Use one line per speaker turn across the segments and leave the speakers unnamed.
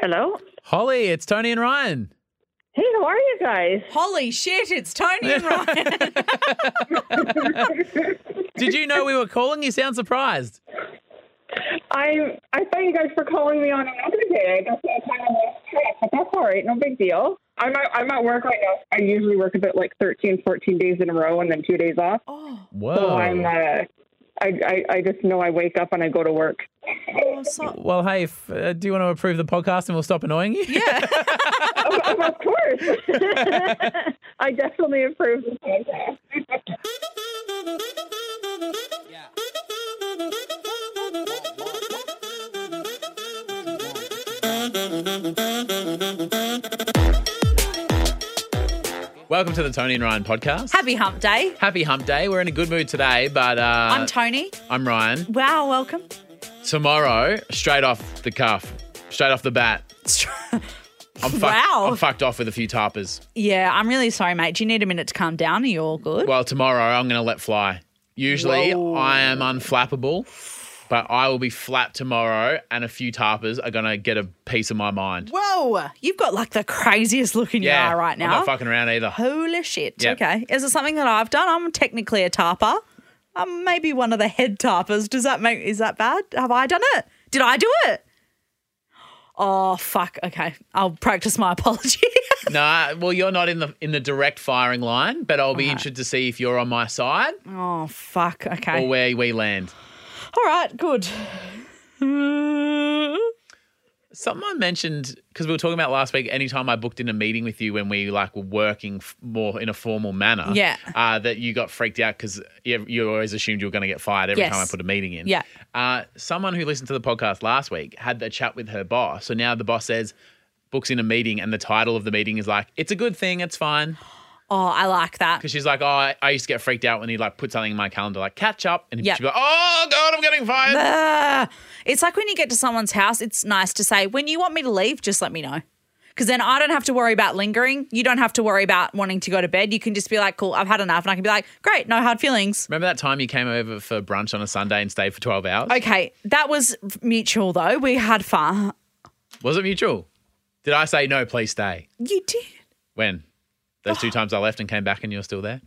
Hello.
Holly, it's Tony and Ryan.
Hey, how are you guys?
Holy shit, it's Tony and Ryan.
Did you know we were calling? You sound surprised.
I I thought you guys were calling me on another day. I guess I kind of lost track, but that's all right. No big deal. I'm at, I'm at work right now. I usually work about like 13, 14 days in a row and then two days off.
oh,
Whoa.
So I'm, uh, I, I, I just know I wake up and I go to work.
oh, so-
well, hey, if, uh, do you want to approve the podcast and we'll stop annoying you? Yeah.
oh, oh, of course. I definitely approve the podcast.
Welcome to the Tony and Ryan podcast.
happy hump day.
Happy Hump Day. We're in a good mood today, but uh,
I'm Tony.
I'm Ryan.
Wow, welcome.
Tomorrow, straight off the cuff, straight off the bat, I'm, fuck-
Wow.
I'm fucked off with a few tarpers.
yeah, I'm really sorry, mate. Do you need a minute to calm down? Are you all good?
Well, tomorrow I'm going to let fly. Usually
Whoa.
I am unflappable, but I will be flapped tomorrow, and a few tarpers are going to get a piece of my mind.
Whoa, you've got like the craziest look in
Yeah,
your eye right
I'm
now.
not fucking around either.
Holy shit.
Yep.
Okay. Is it something that I've done? I'm technically a tarper. I'm maybe one of the head tarpers. Does that make is that bad? Have I done it? Did I do it? Oh fuck. Okay. I'll practice my apology.
No, well, you're not in the in the direct firing line, but I'll be interested to see if you're on my side
oh fuck. Okay.
or where we land.
All right, good. Oh,
Something I mentioned because we were talking about last week. Anytime I booked in a meeting with you when we like were working f- more in a formal manner,
Yeah.
uh, that you got freaked out because you, you always assumed you were going to get fired every
Yes.
time I put a meeting in.
Yeah.
Uh, someone who listened to the podcast last week had a chat with her boss, so now the boss says books in a meeting, and the title of the meeting is like, "It's a good thing, it's fine."
Oh, I like that.
Because she's like, oh, I, I used to get freaked out when he like put something in my calendar, like catch up, and
Yep.
she'd be like, oh god, I'm getting fired.
Ah, it's like when you get to someone's house, it's nice to say, when you want me to leave, just let me know. Because then I don't have to worry about lingering. You don't have to worry about wanting to go to bed. You can just be like, cool, I've had enough. And I can be like, great, no hard feelings.
Remember that time you came over for brunch on a Sunday and stayed for twelve hours?
Okay, that was mutual though. We had fun.
Was it mutual? Did I say no? Please stay.
You did.
When those two times I left and came back, and you're still there.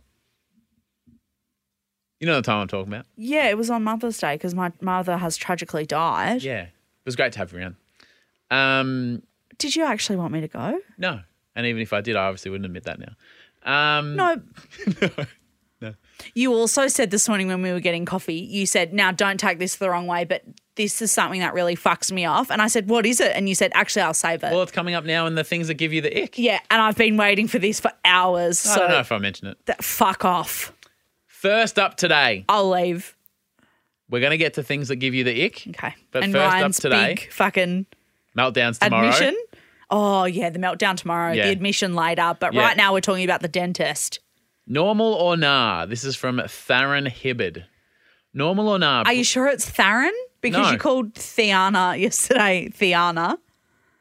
You know the time I'm talking about.
Yeah, it was on Mother's Day because my mother has tragically died.
Yeah, it was great to have you around. Um,
Did you actually want me to go?
no, and even if I did, I obviously wouldn't admit that now. Um,
No. You also said this morning when we were getting coffee, you said, now don't take this the wrong way, but this is something that really fucks me off. And I said, what is it? And you said, actually, I'll save it.
Well, it's coming up now, and the things that give you the ick.
yeah. And I've been waiting for this for hours.
I don't know
So
if I mention it.
that, fuck off.
First up today,
I'll leave.
we're going to get to things that give you the ick.
Okay.
But
and
first up
Ryan's
today-
big fucking
Meltdowns tomorrow.
admission. Oh, yeah. The meltdown tomorrow,
Yeah.
the admission later. But
Yeah.
right now, we're talking about the dentist.
Normal or nah? This is from Theron Hibbard. Normal or nah?
Are you sure it's Theron? Because
No.
you called Theana yesterday, Theana.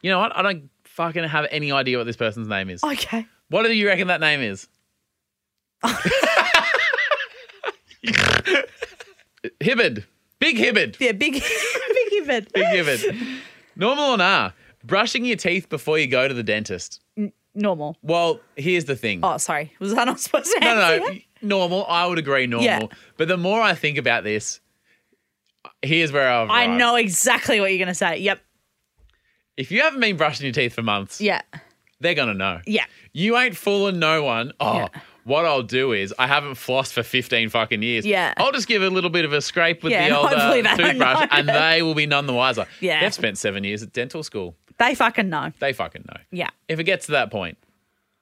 You know what? I don't fucking have any idea what this person's name is.
Okay.
What do you reckon that name is? Hibbard. Big Hibbard.
Yeah, big, big event.
Big e- Hibbard. Normal or nah? Brushing your teeth before you go to the dentist.
Normal.
Well, here's the thing.
Oh, sorry. Was I not supposed to
no, no,
answer
no.
that?
Normal. I would agree normal.
Yeah.
But the more I think about this, here's where I've
I
arrived.
know exactly what you're going to say. Yep.
If you haven't been brushing your teeth for months,
Yeah.
they're going to know.
Yeah.
You ain't fooling no one. Oh, what I'll do is I haven't flossed for 15 fucking years.
Yeah.
I'll just give a little bit of a scrape with
Yeah,
the
and
old
hopefully
uh,
they don't
toothbrush
know.
and they will be none the wiser.
Yeah.
They've spent seven years at dental school.
They fucking know.
They fucking know.
Yeah.
If it gets to that point,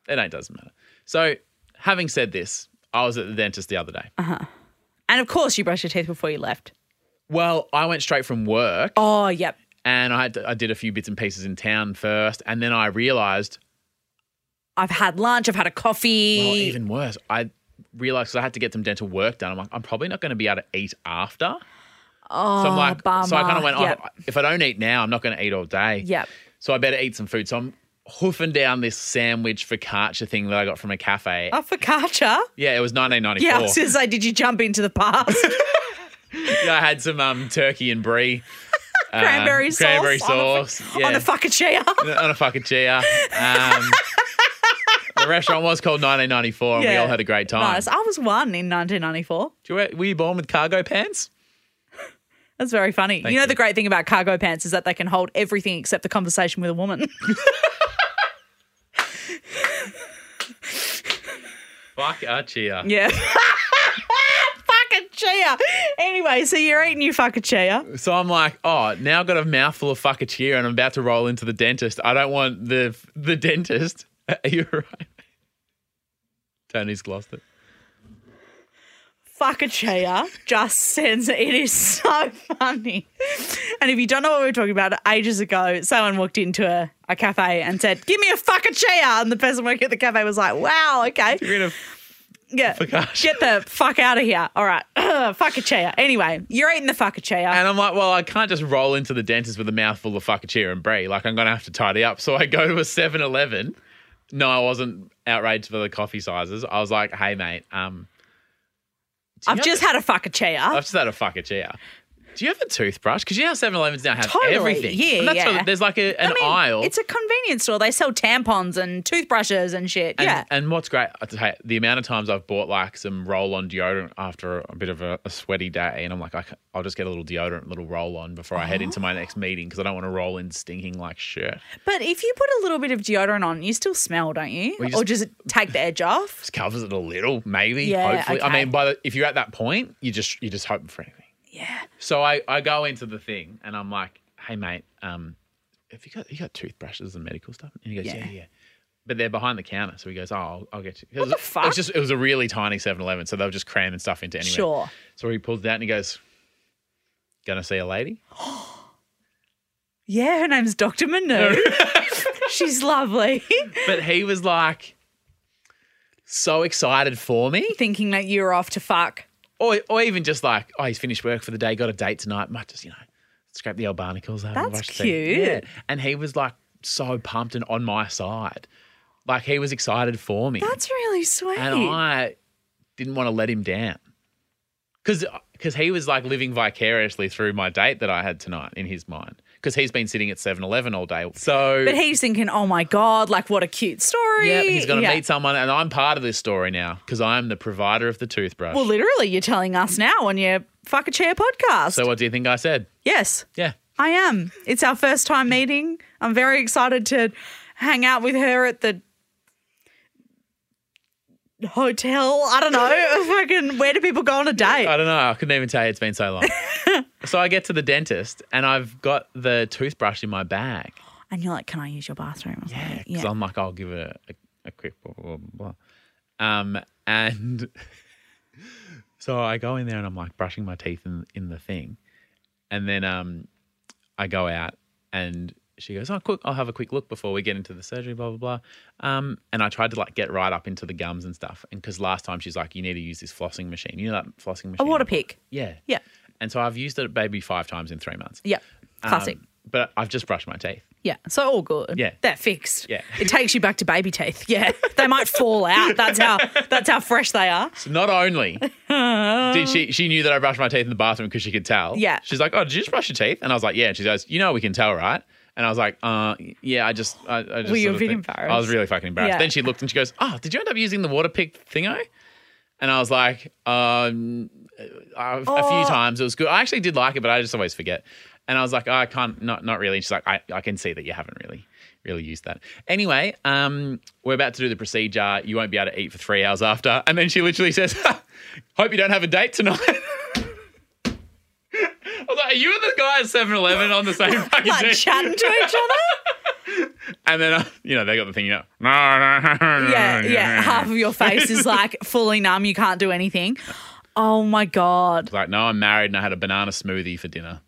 it ain't doesn't matter. So, having said this, I was at the dentist the other day.
Uh-huh. And of course, you brushed your teeth before you left.
Well, I went straight from work
Oh, yep.
and I, had to- I did a few bits and pieces in town first. And then I realized
I've had lunch. I've had a coffee.
Well, even worse, I realized 'cause I had to get some dental work done. I'm like, I'm probably not going to be able to eat after. Oh, so I'm like, so I kind
bummer.
of went, oh,
Yep.
if I don't eat now, I'm not going to eat all day.
Yep.
So I better eat some food. So I'm hoofing down this sandwich focaccia thing that I got from a cafe.
a focaccia.
Yeah, it was 1994.
Oh. Yeah, I was going to say, did you jump into the past?
Yeah, I had some um, turkey and brie.
cranberry sauce.
cranberry
on the
sauce,
fu- On
yeah.
the fucking chia.
on a fucking cheer. Um, the restaurant was called 1994, and we
Yeah.
all had a great time.
Nice. I was one in 1994.
Do you wear- were you born with cargo pants?
That's very funny.
Thank
you know,
you.
the great thing about cargo pants is that they can hold everything except the conversation with a woman.
Fuck a cheer.
yeah. fucking chia. Anyway, so you're eating your fucking chia.
So I'm like, oh, now I've got a mouthful of fuck a cheer, and I'm about to roll into the dentist. I don't want the the dentist. Are you all right? Tony's glossed it.
Fakachea just sends it. It is so funny. And if you don't know what we were talking about, ages ago, someone walked into a, a cafe and said, Give me a Fakachea. And the person working at the cafe was like, Wow, okay.
You're gonna
Yeah.
Focaccia.
Get the fuck out of here. All right. Fakachea. Anyway, you're eating the Fakachea.
And I'm like, well, I can't just roll into the dentist with a mouthful of fucking cheer and brie. Like, I'm going to have to tidy up. So I go to a 7 Eleven. No, I wasn't outraged for the coffee sizes. I was like, hey, mate, um, do you
I've
have
just
a-
had a Fakachea.
I've just had a fucking cheer. Do you have a toothbrush? Because you know how 7 Elevens now have
Totally.
everything.
Yeah,
And that's
yeah.
what- there's like a, an
I mean,
aisle.
It's a convenience store. They sell tampons and toothbrushes and shit.
and,
yeah.
and what's great, I tell you, the amount of times I've bought like some roll on deodorant after a bit of a, a sweaty day, and I'm like, I can, I'll just get a little deodorant, little roll on before I
Oh.
head into my next meeting because I don't want to roll in stinking like shit.
But if you put a little bit of deodorant on, you still smell, don't you?
Well, you
or does it take the edge off?
just covers it a little, maybe.
Yeah,
hopefully.
okay.
I mean, by the, if you're at that point, you just you're just hoping for anything.
Yeah.
So I, I go into the thing and I'm like, hey mate, um, have you got you got toothbrushes and medical stuff? And he goes, yeah,
Yeah.
yeah. But they're behind the counter, so he goes, oh, I'll, I'll get you. What
the
It
fuck?
was just it was a really tiny 7-Eleven, so they were just cramming stuff into anyway.
Sure.
So he pulls it out and he goes, gonna see a lady?
Yeah, her name's Dr. Manu. She's lovely.
But he was like. So excited for me,
Thinking that you're off to fuck.
or, or even just like, oh, he's finished work for the day, got a date tonight, might just you know scrape the old barnacles out. and
That's
brush teeth.
cute.
Yeah. And he was like so pumped and on my side, like he was excited for me,
That's really sweet.
and I didn't want to let him down because because he was like living vicariously through my date that I had tonight in his mind because he's been sitting at 7-Eleven all day, so.
but he's thinking, oh my God, like what a cute story.
yeah, he's going to meet someone, and I'm part of this story now because I'm the provider of the toothbrush.
Well, literally, you're telling us now on your Fuck a Chair podcast.
so, what do you think I said?
yes,
Yeah.
I am. It's our first time meeting. I'm very excited to hang out with her at the hotel. I don't know. Fucking, where do people go on a date?
I don't know. I couldn't even tell you. It's been so long. so I get to the dentist and I've got the toothbrush in my bag.
And you're like, can I use your bathroom?
Yeah. Because
yeah.
I'm like, I'll give it a, a, a quick blah, blah, blah, blah. Um, and so I go in there and I'm like brushing my teeth in, in the thing. And then um, I go out and she goes, oh, quick, I'll have a quick look before we get into the surgery, blah, blah, blah. Um, and I tried to like get right up into the gums and stuff. And because last time she's like, you need to use this flossing machine. You know that flossing machine?
A water pick.
Yeah.
Yeah.
And so I've used it maybe five times in three months.
Yeah.
Um,
Classic.
but I've just brushed my teeth.
yeah. So all good.
Yeah.
That fixed.
Yeah.
It takes you back to baby teeth. Yeah. They might fall out. That's how that's how fresh they are.
So not only did she she knew that I brushed my teeth in the bathroom because she could tell.
Yeah.
She's like, "Oh, did you just brush your teeth?" And I was like, "Yeah." And she goes, "You know we can tell, right?" And I was like, "Uh, yeah, I just, I, I just."
Were you
sort
a
of
bit
think-
embarrassed?
I was really fucking embarrassed.
Yeah.
Then she looked and she goes, "Oh, did you end up using the water pick thingo?" And I was like, um, uh, a few times. It was good. I actually did like it, but I just always forget. And I was like, oh, I can't, not, not really. And she's like, I, I can see that you haven't really, really used that. Anyway, um, we're about to do the procedure. You won't be able to eat for three hours after. And then she literally says, hope you don't have a date tonight. I was like, are you and the guy at 7-Eleven on the same fucking
Like
date?
chatting to each other.
and then, uh, you know, they got the thing, you know, no, no, no, no,
Yeah.
no,
Yeah.
no."
Half of your face is like fully numb. You can't do anything. Oh my God.
It's like, no, I'm married and I had a banana smoothie for dinner.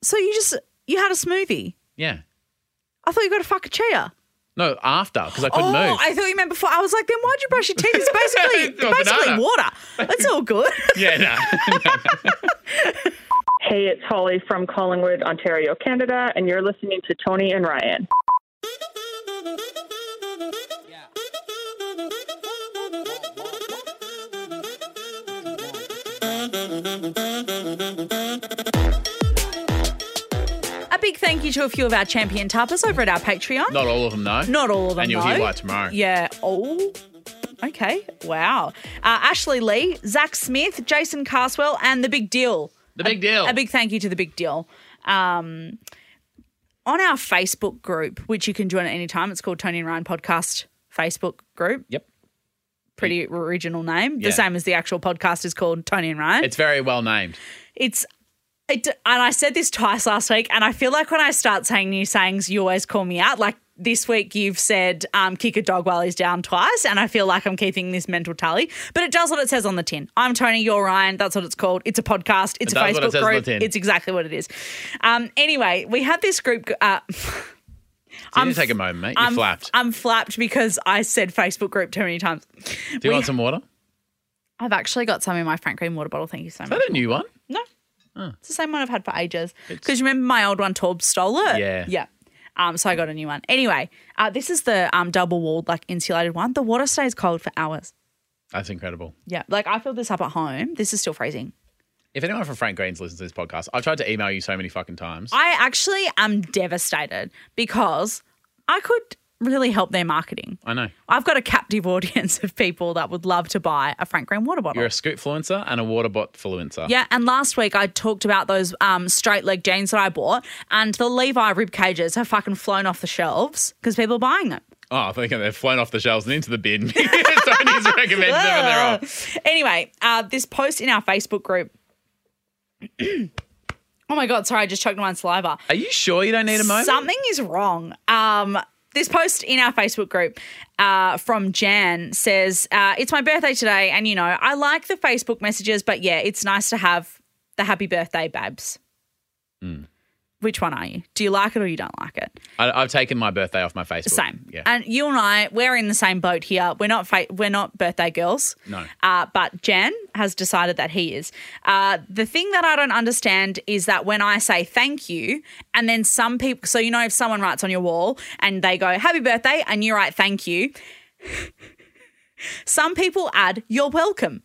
So you just you had a smoothie.
Yeah.
I thought you got a fuck a chia.
No, after, because I
Oh,
couldn't move.
I thought you meant before. I was like, then why'd you brush your teeth? It's basically
Or
basically
banana.
water. That's all good.
yeah, no.
Hey, it's Holly from Collingwood, Ontario, Canada, and you're listening to Tony and Ryan.
A big thank you to a few of our champion tappers over at our Patreon.
Not all of them, though.
Not all of them.
And you'll hear
though.
why tomorrow.
Yeah. Oh. Okay. Wow. Uh, Ashley Lee, Zach Smith, Jason Carswell, and the Big Deal.
The big deal.
A big thank you to the Big Deal. Um, on our Facebook group, which you can join at any time, it's called Tony and Ryan Podcast Facebook group.
Yep.
Pretty original name.
Yeah.
The same as the actual podcast is called Tony and Ryan.
It's very well named.
It's it, and I said this twice last week, and I feel like when I start saying new sayings, you always call me out. Like this week, you've said um, "kick a dog while he's down" twice, and I feel like I'm keeping this mental tally. But it does what it says on the tin. I'm Tony, you're Ryan. That's what it's called. It's a podcast. It's
It
a
does what it
Facebook
says on the
group.
tin.
It's exactly what it is. Um, anyway, we had this group. Uh,
So you need to take a moment, mate. You
I'm
flapped.
I'm flapped because I said Facebook group too many times.
Do you want some water? Is
I've actually got some in my Frank Green water bottle. Thank you so much.
that a new one?
No. It's the same one I've had for ages. Because remember my old one, Torb stole it?
Yeah.
Yeah. Um, so I got a new one. Anyway, uh, this is the um, double walled, like insulated one. The water stays cold for hours.
That's incredible.
Yeah. Like I filled this up at home. This is still freezing.
If anyone from Frank Green's listens to this podcast, I've tried to email you so many fucking times.
I actually am devastated because I could really help their marketing.
I know.
I've got a captive audience of people that would love to buy a Frank Green water bottle.
You're a scootfluencer and a water bot fluencer.
Yeah, and last week I talked about those um, straight leg jeans that I bought, and the Levi rib cages have fucking flown off the shelves because people are buying them.
Oh, I think they've flown off the shelves and into the bin. Tony's recommended them and Oh, they're off.
Uh, Anyway, uh, this post in our Facebook group. oh my god! Sorry, I just choked on my saliva.
Are you sure you don't need a moment?
Something is wrong. Um, this post in our Facebook group uh, from Jan says, uh, It's my birthday today, and you know, I like the Facebook messages, but yeah, it's nice to have the happy birthday babes. Which one are you? Do you like it or you don't like it?
I, I've taken my birthday off my Facebook.
The same.
Yeah.
And you and I, we're in the same boat here. We're not fa- we're not birthday girls.
No.
Uh, but Jan has decided that he is. Uh, the thing that I don't understand is that when I say thank you, and then some people, so you know, if someone writes on your wall and they go happy birthday, and you write thank you, some people add you're welcome.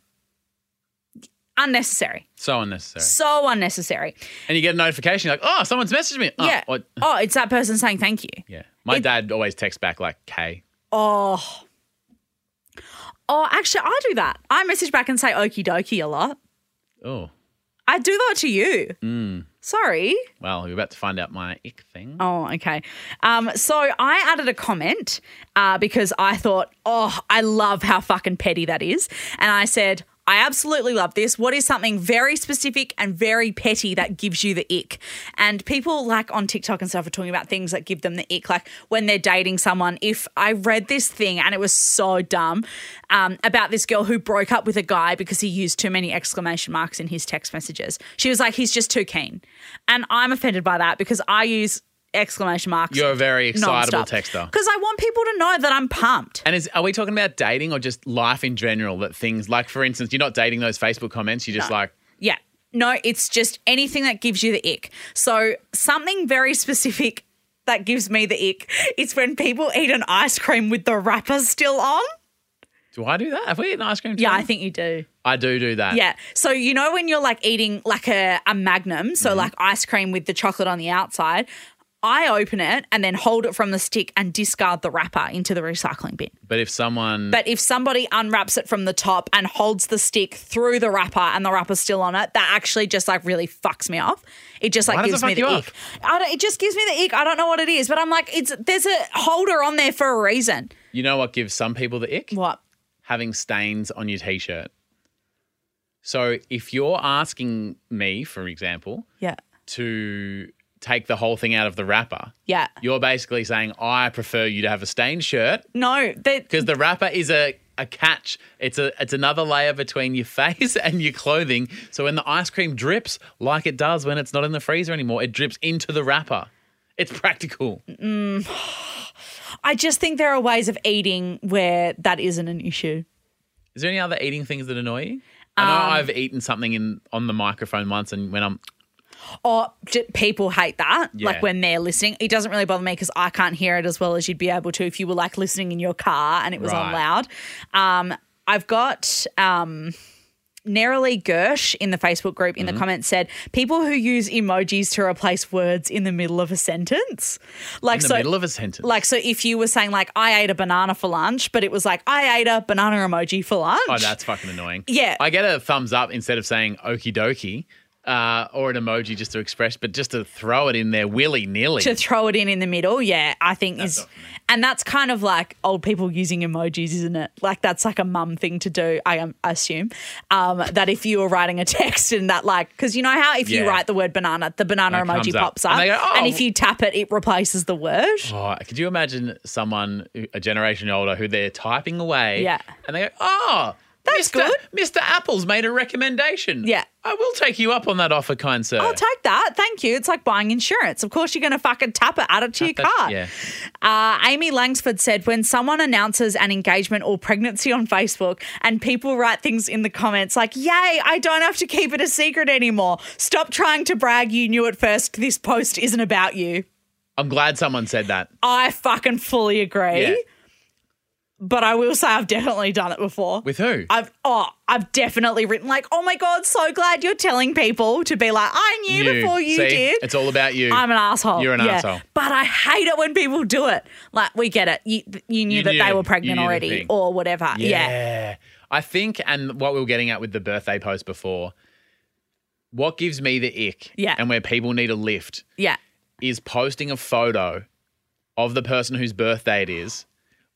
Unnecessary.
so unnecessary.
So unnecessary.
and you get a notification you're like, oh, someone's messaged me. Oh,
yeah.
what-
Oh, it's that person saying thank you.
Yeah. My
It-
dad always texts back like, K.
Oh. Oh, actually, I do that. I message back and say okie dokie a lot.
Oh,
I do that to you. Sorry.
well, you're about to find out my ick thing.
Oh, okay. Um, so I added a comment uh, because I thought, oh, I love how fucking petty that is. And I said, I absolutely love this. What is something very specific and very petty that gives you the ick? And people like on TikTok and stuff are talking about things that give them the ick, like when they're dating someone. If I read this thing and it was so dumb um, about this girl who broke up with a guy because he used too many exclamation marks in his text messages. She was like, he's just too keen. And I'm offended by that because I use exclamation marks.
You're a very excitable texter.
Because I want people to know that I'm pumped.
And is, are we talking about dating or just life in general? That things like, for instance, you're not dating those Facebook comments. You're just like,
Yeah. No, it's just anything that gives you the ick. So something very specific that gives me the ick is when people eat an ice cream with the wrapper still on.
do I do that? Have we eaten ice cream?
Yeah,
together?
I think you do.
I do do that.
Yeah. So you know when you're like eating like a, a magnum,
Mm-hmm.
so like ice cream with the chocolate on the outside, I open it and then hold it from the stick and discard the wrapper into the recycling bin.
But if someone,
But if somebody unwraps it from the top and holds the stick through the wrapper and the wrapper's still on it, that actually just like really fucks me off. It just like
Why does
gives
it
me
fuck
the
you
ick. I don't, it just gives me the ick. I don't know what it is, but I'm like, it's there's a holder on there for a reason.
you know what gives some people the ick?
What?
having stains on your t-shirt. So if you're asking me, for example,
Yeah.
to take the whole thing out of the wrapper,
Yeah.
you're basically saying I prefer you to have a stained shirt
No. That
because the wrapper is a a catch. It's a it's another layer between your face and your clothing. So when the ice cream drips, like it does when it's not in the freezer anymore, it drips into the wrapper. It's practical.
I just think there are ways of eating where that isn't an issue.
Is there any other eating things that annoy you? I
Um,
know I've eaten something in on the microphone once, and when I'm
Or j- people hate that,
Yeah.
like when they're listening. It doesn't really bother me because I can't hear it as well as you'd be able to if you were like listening in your car and it was on
Right.
loud. Um, I've got um, Narrowly Gersh in the Facebook group
Mm-hmm.
in the comments said people who use emojis to replace words in the middle of a sentence, like
in the
so,
middle of a sentence.
like so, if you were saying like I ate a banana for lunch, but it was like I ate a banana emoji for lunch.
oh, that's fucking annoying.
Yeah.
I get a thumbs up instead of saying okie dokie uh, or an emoji just to express, but just to throw it in there willy nilly.
to throw it in in the middle, yeah, I think is,
not for
and that's kind of like old people using emojis, isn't it? Like that's like a mum thing to do. I um, assume um, that if you were writing a text and that like because you know how if you
Yeah.
write the word banana, the banana
It
emoji
comes up.
pops up,
And they go, "Oh."
and if you tap it, it replaces the word.
Oh, could you imagine someone a generation older who they're typing away?
Yeah.
And they go, oh,
That's
Mr.
good.
Mr. Apple's made a recommendation.
Yeah.
I will take you up on that offer, kind sir.
I'll take that. Thank you. It's like buying insurance. Of course, you're going to fucking tap it, add it to your
That's-
cart.
Yeah.
Uh, Amy Langsford said, when someone announces an engagement or pregnancy on Facebook and people write things in the comments like, yay, I don't have to keep it a secret anymore. Stop trying to brag you knew it first. This post isn't about you.
I'm glad someone said that.
I fucking fully agree.
Yeah.
But I will say I've definitely done it before.
With who?
I've oh, I've definitely written like, oh my god, so glad you're telling people to be like, I knew before you
See?
did.
It's all about you.
I'm an asshole.
You're an
yeah.
asshole.
But I hate it when people do it. Like, we get it. You, you knew
You
that they
knew.
were pregnant
You knew the
already
thing.
or whatever. Yeah.
I think, and what we were getting at with the birthday post before, what gives me the ick
Yeah.
and where people need a lift
Yeah.
is posting a photo of the person whose birthday it is,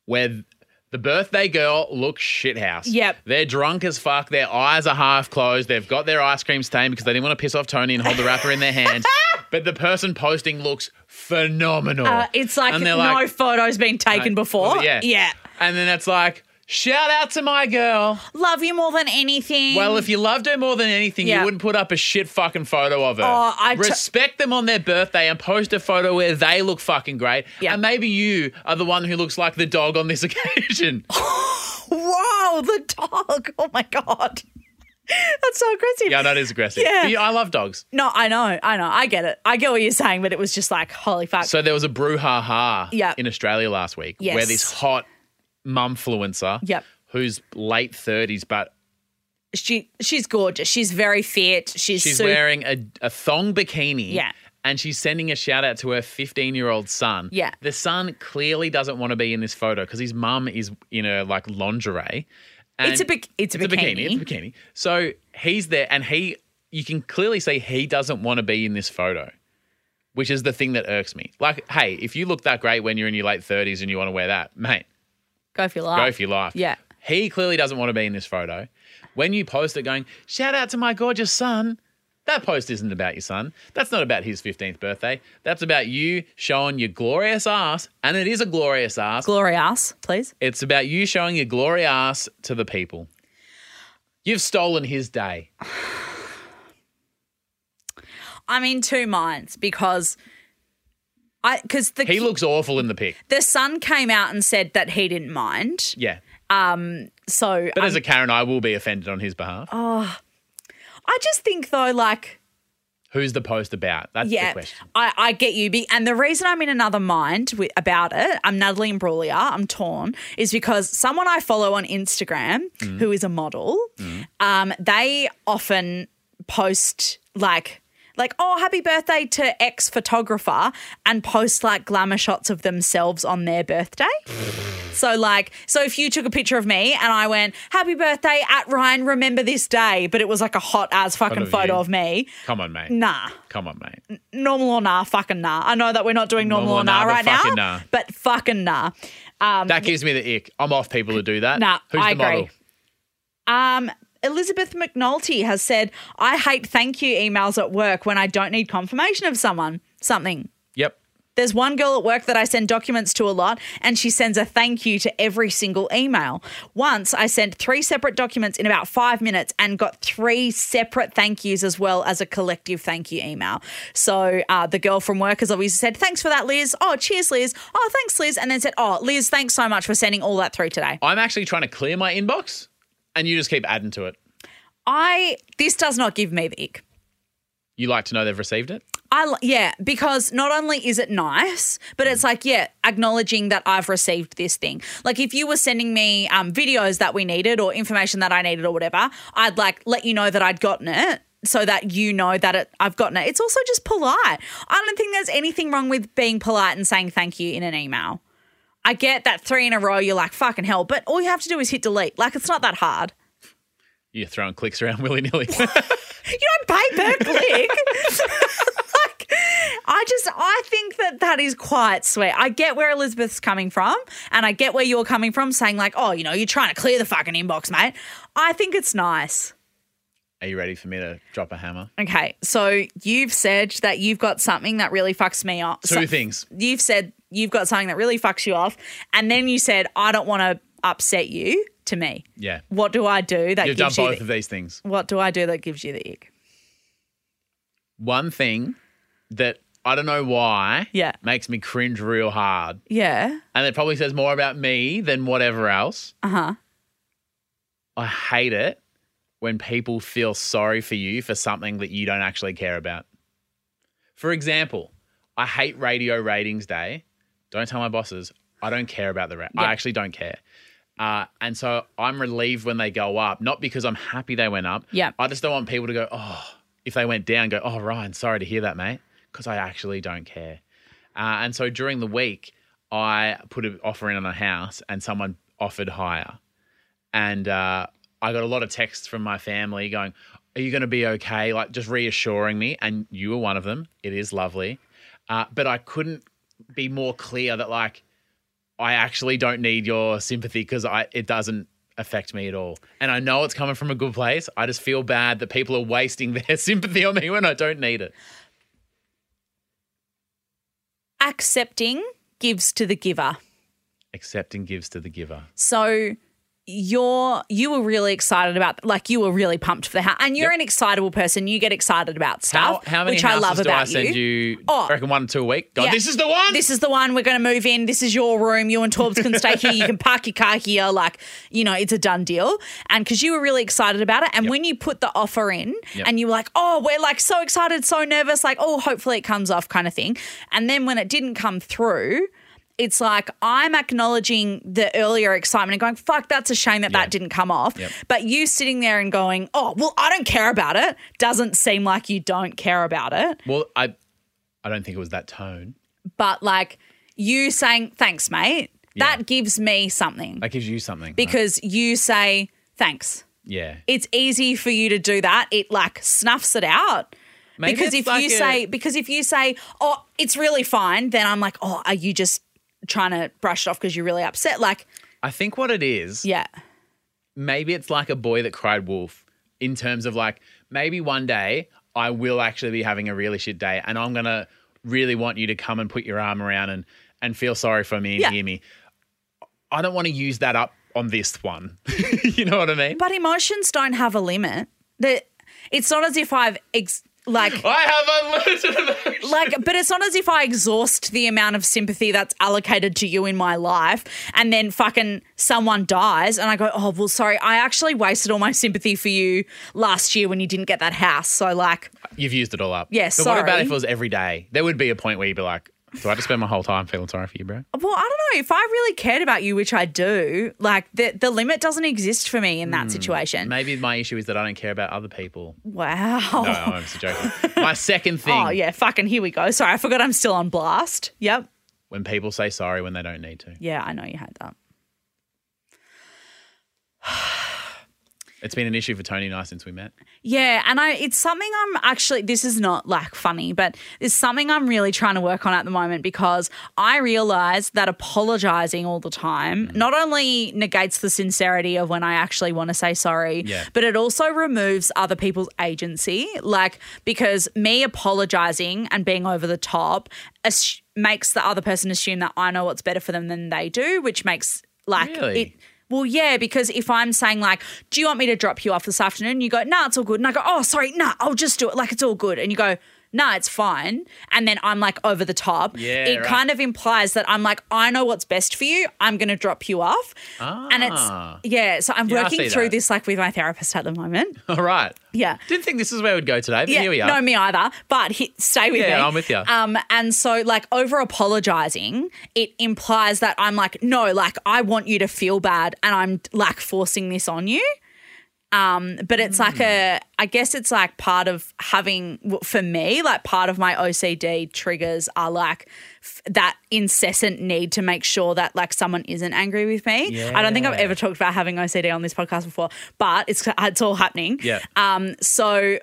where th- the birthday girl looks shithouse.
Yep.
They're drunk as fuck. Their eyes are half closed. They've got their ice cream stained because they didn't want to piss off Tony and hold the wrapper in their hand. But the person posting looks phenomenal.
Uh, it's like
And they're
no photo's been taken before.
Well, yeah. And then it's like, shout out to my girl.
Love you more than anything.
Well, if you loved her more than anything,
Yeah.
you wouldn't put up a shit fucking photo of her.
Oh, I t-
Respect them on their birthday and post a photo where they look fucking great.
Yeah.
And maybe you are the one who looks like the dog on this occasion.
Whoa, the dog. Oh my God. That's so aggressive.
yeah, that is aggressive.
Yeah.
But I love dogs.
No, I know. I know. I get it. I get what you're saying, but it was just like, holy fuck.
So there was a brouhaha
Yeah.
in Australia last week
Yes.
where this hot mumfluencer
Yep.
who's late 30s, but
she she's gorgeous. She's very fit. She's,
She's
super
wearing a, a thong bikini.
Yeah.
And she's sending a shout out to her 15 year old son.
Yeah.
The son clearly doesn't want to be in this photo because his mum is in a like lingerie. And
It's a bik- it's a bikini.
It's a bikini. So he's there and he, you can clearly see he doesn't want to be in this photo, which is the thing that irks me. Like, hey, if you look that great when you're in your late 30s and you want to wear that, mate,
go for your life.
go for your life.
Oh, Yeah.
He clearly doesn't want to be in this photo. When you post it going, shout out to my gorgeous son, that post isn't about your son. That's not about his 15th birthday. That's about you showing your glorious ass, and it is a glorious ass.
Glory ass, please.
it's about you showing your glory ass to the people. You've stolen his day.
I'm in two minds because I because the
He looks awful in the pic.
the son came out and said that he didn't mind.
Yeah.
So
But as a Karen, I will be offended on his behalf.
Oh. I just think though, like
Who's the post about? That's the
yeah,
question.
I, I get you. Be, and the reason I'm in another mind with, about it, I'm Natalie Imbruglia, I'm torn, is because someone I follow on Instagram
Mm.
who is a model, um, they often post like. Like, oh, happy birthday to ex photographer, and post like glamour shots of themselves on their birthday. So like, so if you took a picture of me and I went, "Happy birthday at Ryan, remember this day," but it was like a hot as fucking
of
photo
you.
of me.
Come on, mate.
Nah,
Come on, mate.
normal or nah, fucking nah. I know that we're not doing normal,
Normal
or
or nah,
nah,
but
right now,
fucking nah.
but fucking nah.
that gives me the ick. I'm off people who do that.
Um, Nah,
Who's
I
the model?
agree. Um, Elizabeth McNulty has said, "I hate thank you emails at work when I don't need confirmation of someone something."
Yep.
There's one girl at work that I send documents to a lot, and she sends a thank you to every single email. Once I sent three separate documents in about five minutes and got three separate thank yous as well as a collective thank you email. So uh, the girl from work has obviously said, Thanks for that, Liz. Oh, cheers, Liz. Oh, thanks, Liz. And then said, Oh, Liz, thanks so much for sending all that through today.
I'm actually trying to clear my inbox and you just keep adding to it.
I, this does not give me the ick.
You like to know they've received it?
I li- yeah, because not only is it nice, but it's like yeah, acknowledging that I've received this thing. Like if you were sending me um, videos that we needed or information that I needed or whatever, I'd like let you know that I'd gotten it. So that you know that it, I've gotten it. It's also just polite. I don't think there's anything wrong with being polite and saying thank you in an email. I get that three in a row, you're like, fucking hell. But all you have to do is hit delete. Like, it's not that hard.
You're throwing clicks around willy nilly.
You don't pay per click. like, I just, I think that that is quite sweet. I get where Elizabeth's coming from and I get where you're coming from saying, like, oh, you know, you're trying to clear the fucking inbox, mate. I think it's nice.
Are you ready for me to drop a hammer?
Okay. So you've said that you've got something that really fucks me up.
Two
So-
things.
you've said you've got something that really fucks you off. And then you said, I don't want to upset you to me.
Yeah.
What do I do that
You've done
gives you
both
the,
of these things.
What do I do that gives you the ick?
One thing that I don't know why
Yeah.
makes me cringe real hard.
Yeah.
And it probably says more about me than whatever else.
Uh huh.
I hate it when people feel sorry for you for something that you don't actually care about. For example, I hate radio ratings day. Don't tell my bosses. I don't care about the rate.
Yeah.
I actually don't care. Uh, and so I'm relieved when they go up, not because I'm happy they went up.
Yeah.
I just don't want people to go, oh, if they went down, go, oh, Ryan, sorry to hear that, mate, because I actually don't care. Uh, and so during the week, I put an offer in on a house and someone offered higher. And uh, I got a lot of texts from my family going, Are you going to be okay? Like just reassuring me. And you were one of them. It is lovely. Uh, but I couldn't be more clear that, like, I actually don't need your sympathy because I it doesn't affect me at all. And I know it's coming from a good place. I just feel bad that people are wasting their sympathy on me when I don't need it.
Accepting gives to the giver.
Accepting gives to the giver.
So you're you were really excited about like you were really pumped for the house and you're
Yep.
an excitable person you get excited
How,
about stuff
how many
which i
houses
love
do
about
I send you?
Oh.
I reckon one or two a week. God,
Yeah.
this is the one.
this is the one we're going to move in. This is your room. You and Torbs can stay here. You can park your car here. Like, you know, it's a done deal. And because you were really excited about it. And when you put the offer in
Yep.
and you were like, oh, we're like so excited, so nervous, like, oh, hopefully it comes off kind of thing. And then when it didn't come through, it's like I'm acknowledging the earlier excitement and going, fuck, that's a shame that
Yeah.
that didn't come off.
Yep.
But you sitting there and going, oh, well, I don't care about it doesn't seem like you don't care about it.
well, I I don't think it was that tone.
but like you saying thanks mate
Yeah.
that gives me something
That gives you something. right?
because you say thanks
yeah.
it's easy for you to do that it like snuffs it out
Maybe
because
it's
if
like
you
a-
say because if you say oh it's really fine then i'm like oh are you just trying to brush it off because you're really upset like
I think what it is,
yeah
maybe it's like a boy that cried wolf in terms of like maybe one day I will actually be having a really shit day and I'm gonna really want you to come and put your arm around and and feel sorry for me and
Yeah.
hear me. I don't want to use that up on this one. you know what I mean?
but emotions don't have a limit that it's not as if i've ex- like
I have unlimited emotion.
like but it's not as if i exhaust the amount of sympathy that's allocated to you in my life and then fucking someone dies and i go oh well sorry i actually wasted all my sympathy for you last year when you didn't get that house so like
You've used it all up.
Yeah,
But what about
sorry.
if it was every day? There would be a point where you'd be like, do I just spend my whole time feeling sorry for you, bro?
well i don't know if i really cared about you which i do like the, the limit doesn't exist for me in that situation
Maybe my issue is that I don't care about other people.
wow
No, I'm just joking. My second thing
oh yeah fucking here we go sorry i forgot i'm still on blast yep
when people say sorry when they don't need to.
yeah i know you had that
It's been an issue for Tony and I since we met.
Yeah, and I it's something I'm actually this is not like funny, but it's something I'm really trying to work on at the moment because I realize that apologizing all the time not only negates the sincerity of when I actually want to say sorry,
Yeah.
but it also removes other people's agency, like because me apologizing and being over the top ass- makes the other person assume that I know what's better for them than they do, which makes like
Really?
it well, yeah, because if I'm saying like, "Do you want me to drop you off this afternoon?" You go, "Nah, it's all good," and I go, "Oh, sorry, nah, I'll just do it. Like it's all good," and you go, nah, it's fine. And then I'm like over the top.
Yeah,
it
right.
kind of implies that I'm like, I know what's best for you. I'm going to drop you off. And
Ah.
it's, yeah. So I'm
Yeah, I
working
see
through
that.
this like with my therapist at the moment.
All right.
Yeah.
Didn't think this is where we'd go today, but
Yeah,
here we are.
No, me either. But he, stay with me.
Yeah, I'm with ya.
Um, and so like over apologizing, it implies that I'm like, no, like I want you to feel bad, and I'm like forcing this on you. Um, but it's like a, I guess it's like part of having w- for me, like part of my OCD triggers are like f- that incessant need to make sure that like someone isn't angry with me. I don't think I've
Yeah.
ever talked about having OCD on this podcast before, but it's it's all happening.
Yeah.
Um, so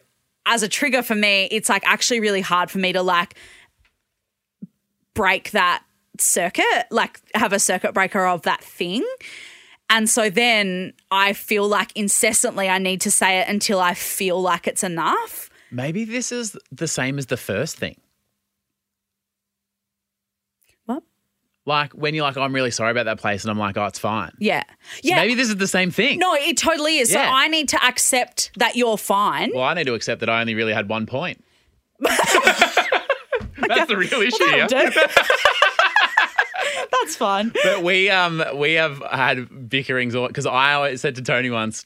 as a trigger for me, it's like actually really hard for me to like break that circuit, like have a circuit breaker of that thing. And so then I feel like incessantly I need to say it until I feel like it's enough.
Maybe this is the same as the first thing.
What?
Like when you're like, "Oh, I'm really sorry about that place, and I'm like, oh, it's fine.
Yeah. Yeah.
Maybe this is the same thing.
no, it totally is.
Yeah.
So I need to accept that you're fine.
Well, I need to accept that I only really had one point. That's the real issue.
That'll
yeah?
do. That's fine.
but we um we have had bickerings because I always said to Tony once,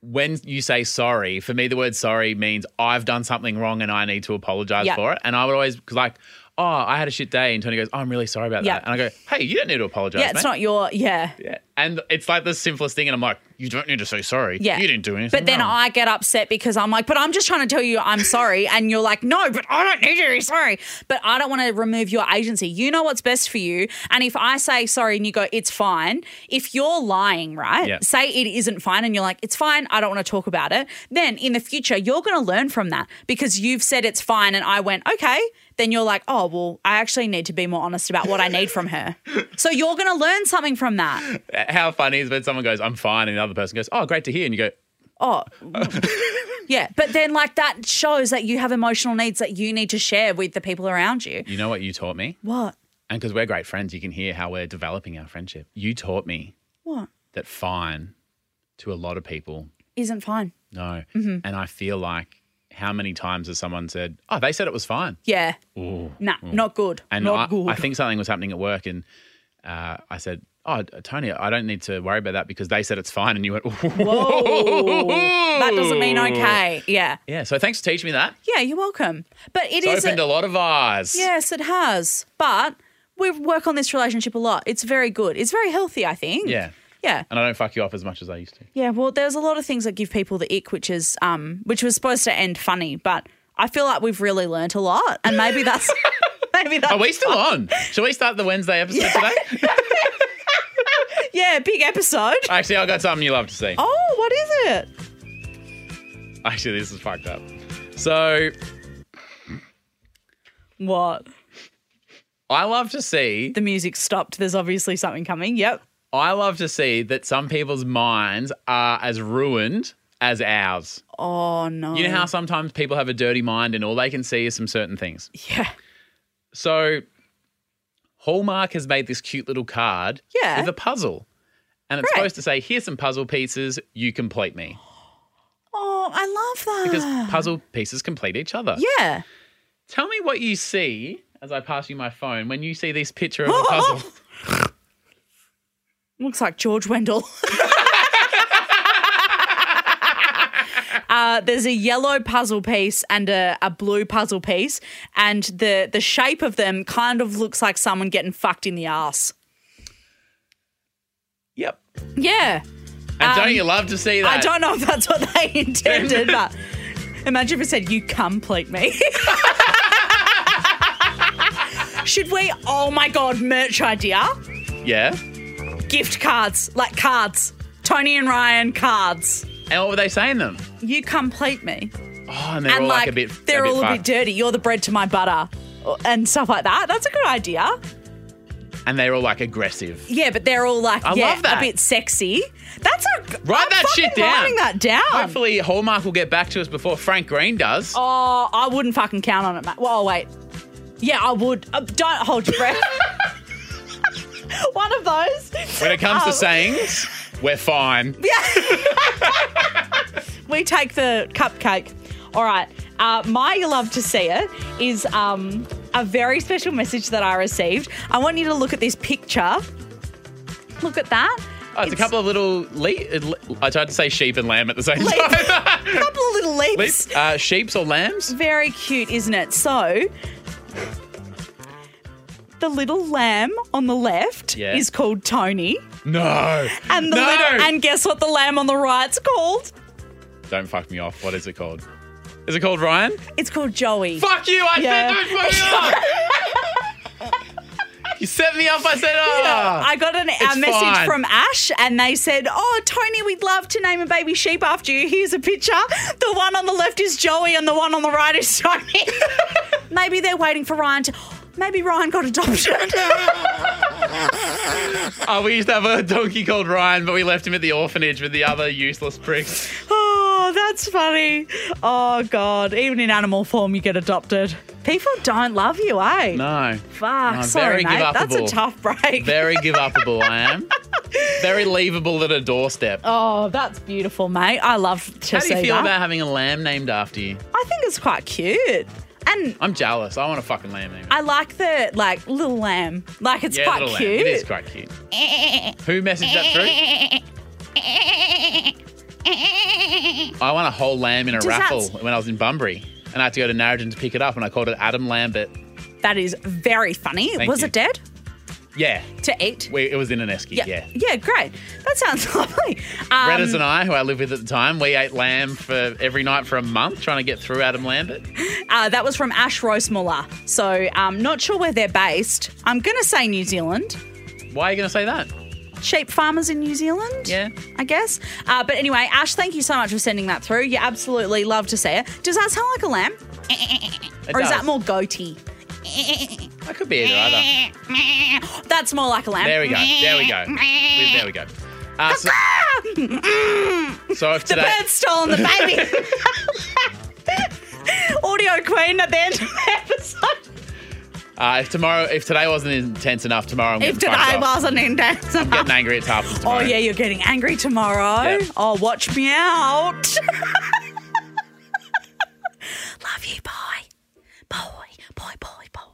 when you say sorry, for me the word sorry means I've done something wrong and I need to apologize
Yeah.
for it. And I would always 'cause like, oh, I had a shit day, and Tony goes, oh, I'm really sorry about
Yeah.
that, and I go, hey, you don't need to apologize.
Yeah, it's
mate.
not your yeah.
Yeah. And it's like the simplest thing, and I'm like, you don't need to say sorry.
Yeah.
you didn't do anything.
But then
wrong."
I get upset because I'm like, but I'm just trying to tell you I'm sorry. And you're like, no, but I don't need you to be sorry. But I don't want to remove your agency. You know what's best for you. And if I say sorry and you go, it's fine, if you're lying, right?
Yeah.
Say it isn't fine and you're like, it's fine, I don't want to talk about it. Then in the future, you're going to learn from that because you've said it's fine and I went, okay. Then you're like, oh, well, I actually need to be more honest about what I need from her. So you're going to learn something from that.
how funny is when someone goes, I'm fine, and the other person goes, oh, great to hear, and you go,
Oh, yeah. But then, like, that shows that you have emotional needs that you need to share with the people around you.
you know what you taught me,
What?
and because we're great friends, you can hear how we're developing our friendship. You taught me
What?
that fine to a lot of people,
Isn't fine.
no.
Mm-hmm.
And I feel like how many times has someone said, oh, they said it was fine.
Yeah. Nah, not good.
Mm. And
not
I,
good.
I think something was happening at work, and uh, I said, oh, Tony, I don't need to worry about that because they said it's fine. And you went,
Whoa. that doesn't mean okay. Yeah.
Yeah, so thanks for teaching me that.
Yeah, you're welcome. But it
It's
is.
opened a lot of eyes.
yes, it has. But we work on this relationship a lot. It's very good. It's very healthy, I think.
Yeah.
Yeah.
And I don't fuck you off as much as I used to.
Yeah, well, there's a lot of things that give people the ick, which is um, which was supposed to end funny, but I feel like we've really learnt a lot, and maybe that's maybe that's
Are we still on? Shall we start the Wednesday episode today?
yeah, big episode.
Actually, I've got something you love to see.
Oh, what is it?
Actually, this is fucked up. So
What?
I love to see
The music stopped. There's obviously something coming. Yep.
I love to see that some people's minds are as ruined as ours.
Oh no.
You know how sometimes people have a dirty mind and all they can see is some certain things.
Yeah.
So Hallmark has made this cute little card
Yeah.
with a puzzle. And it's
Great.
supposed to say, here's some puzzle pieces, you complete me.
Oh, I love that.
Because puzzle pieces complete each other.
yeah.
Tell me what you see as I pass you my phone when you see this picture of a puzzle.
Looks like George Wendell. Uh, there's a yellow puzzle piece and a, a blue puzzle piece, and the, the shape of them kind of looks like someone getting fucked in the ass.
yep.
Yeah.
And don't you love to see that?
Um, I don't know if that's what they intended, but imagine if it said, You complete me. Should we? Oh my God, merch idea.
Yeah.
Gift cards, like cards. Tony and Ryan cards.
And what were they saying them?
You complete me.
Oh, and they're
and
all
like,
like, a bit.
they're
a
all a
fucked.
bit dirty. You're the bread to my butter or- and stuff like that. That's a good idea.
And they're all like aggressive.
Yeah, but they're all like,
I
yeah,
love that.
a bit sexy. That's a
Write
I'm
that shit
fucking
down.
Writing that down.
Hopefully, Hallmark will get back to us before Frank Green does.
Oh, I wouldn't fucking count on it, mate. Well, wait. Yeah, I would. Uh, don't hold your breath. One of those.
when it comes
um,
to sayings, we're fine.
We take the cupcake. All right. Uh, my love to see it is um, a very special message that I received. I want you to look at this picture. Look at that.
Oh, it's, a couple of little le- I tried to say sheep and lamb at the same
Leap.
time.
couple of little leaps.
Leap, uh, sheeps or lambs?
Very cute, isn't it? So, the little lamb on the left
Yeah.
is called Tony,
No.
and the
no.
little and guess what? The lamb on the right's called.
Don't fuck me off. What is it called? Is it called Ryan?
It's called Joey.
Fuck you! I
Yeah.
said don't fuck me up. you set me up. I said oh.
I got an, a message
fine.
from Ash, and they said, "Oh, Tony, we'd love to name a baby sheep after you. Here's a picture. The one on the left is Joey, and the one on the right is Tony. Maybe they're waiting for Ryan to. Maybe Ryan got adopted.
Oh, we used to have a donkey called Ryan, but we left him at the orphanage with the other useless pricks.
Oh, that's funny. Oh, God. Even in animal form, you get adopted. People don't love you, eh?
No.
Fuck.
No,
sorry,
very
mate. That's a
give-upable.
tough break.
Very give upable I am. Very leavable at a doorstep.
oh, that's beautiful, mate. I love to
How do
see
you feel
that.
about having a lamb named after you?
I think it's quite cute. And
I'm jealous. I want a fucking lamb named.
I like the, like, little lamb. Like, it's
yeah,
quite
little
cute.
lamb. It is quite cute. Who messaged that through? I won a whole lamb in a
Does that-
raffle when I was in Bunbury, and I had to go to Narragin to pick it up, and I called it Adam Lambert.
That is very funny.
Thank
Was
you.
it dead
Yeah,
to eat?
we, it was in an esky. Yeah.
yeah. great. That sounds lovely. Um,
Redditors and I, who I lived with at the time, we ate lamb for every night for a month, trying to get through Adam Lambert.
Uh, that was from Ash Rosemuller. So um, not sure where they're based. I'm going to say New Zealand.
Why are you going to say that?
Sheep farmers in New Zealand?
Yeah.
I guess. Uh, but anyway, Ash, thank you so much for sending that through. You absolutely love to see it. Does that sound like a lamb?
It
or is
does.
that more goatee?
That could be either. either.
That's more like a lamb.
There we go. There we go. We- There we go. Uh, so, so if
The
today,
bird's stolen the baby. Audio queen at the end of the episode.
uh, if tomorrow, if today wasn't intense enough, tomorrow I'm
If
getting
today
fucked off.
wasn't in dance.
getting angry at Tarpon
Oh
tomorrow.
yeah, you're getting angry tomorrow.
Yeah.
Oh, watch me out. Love you, boy. Boy, boy, boy, boy.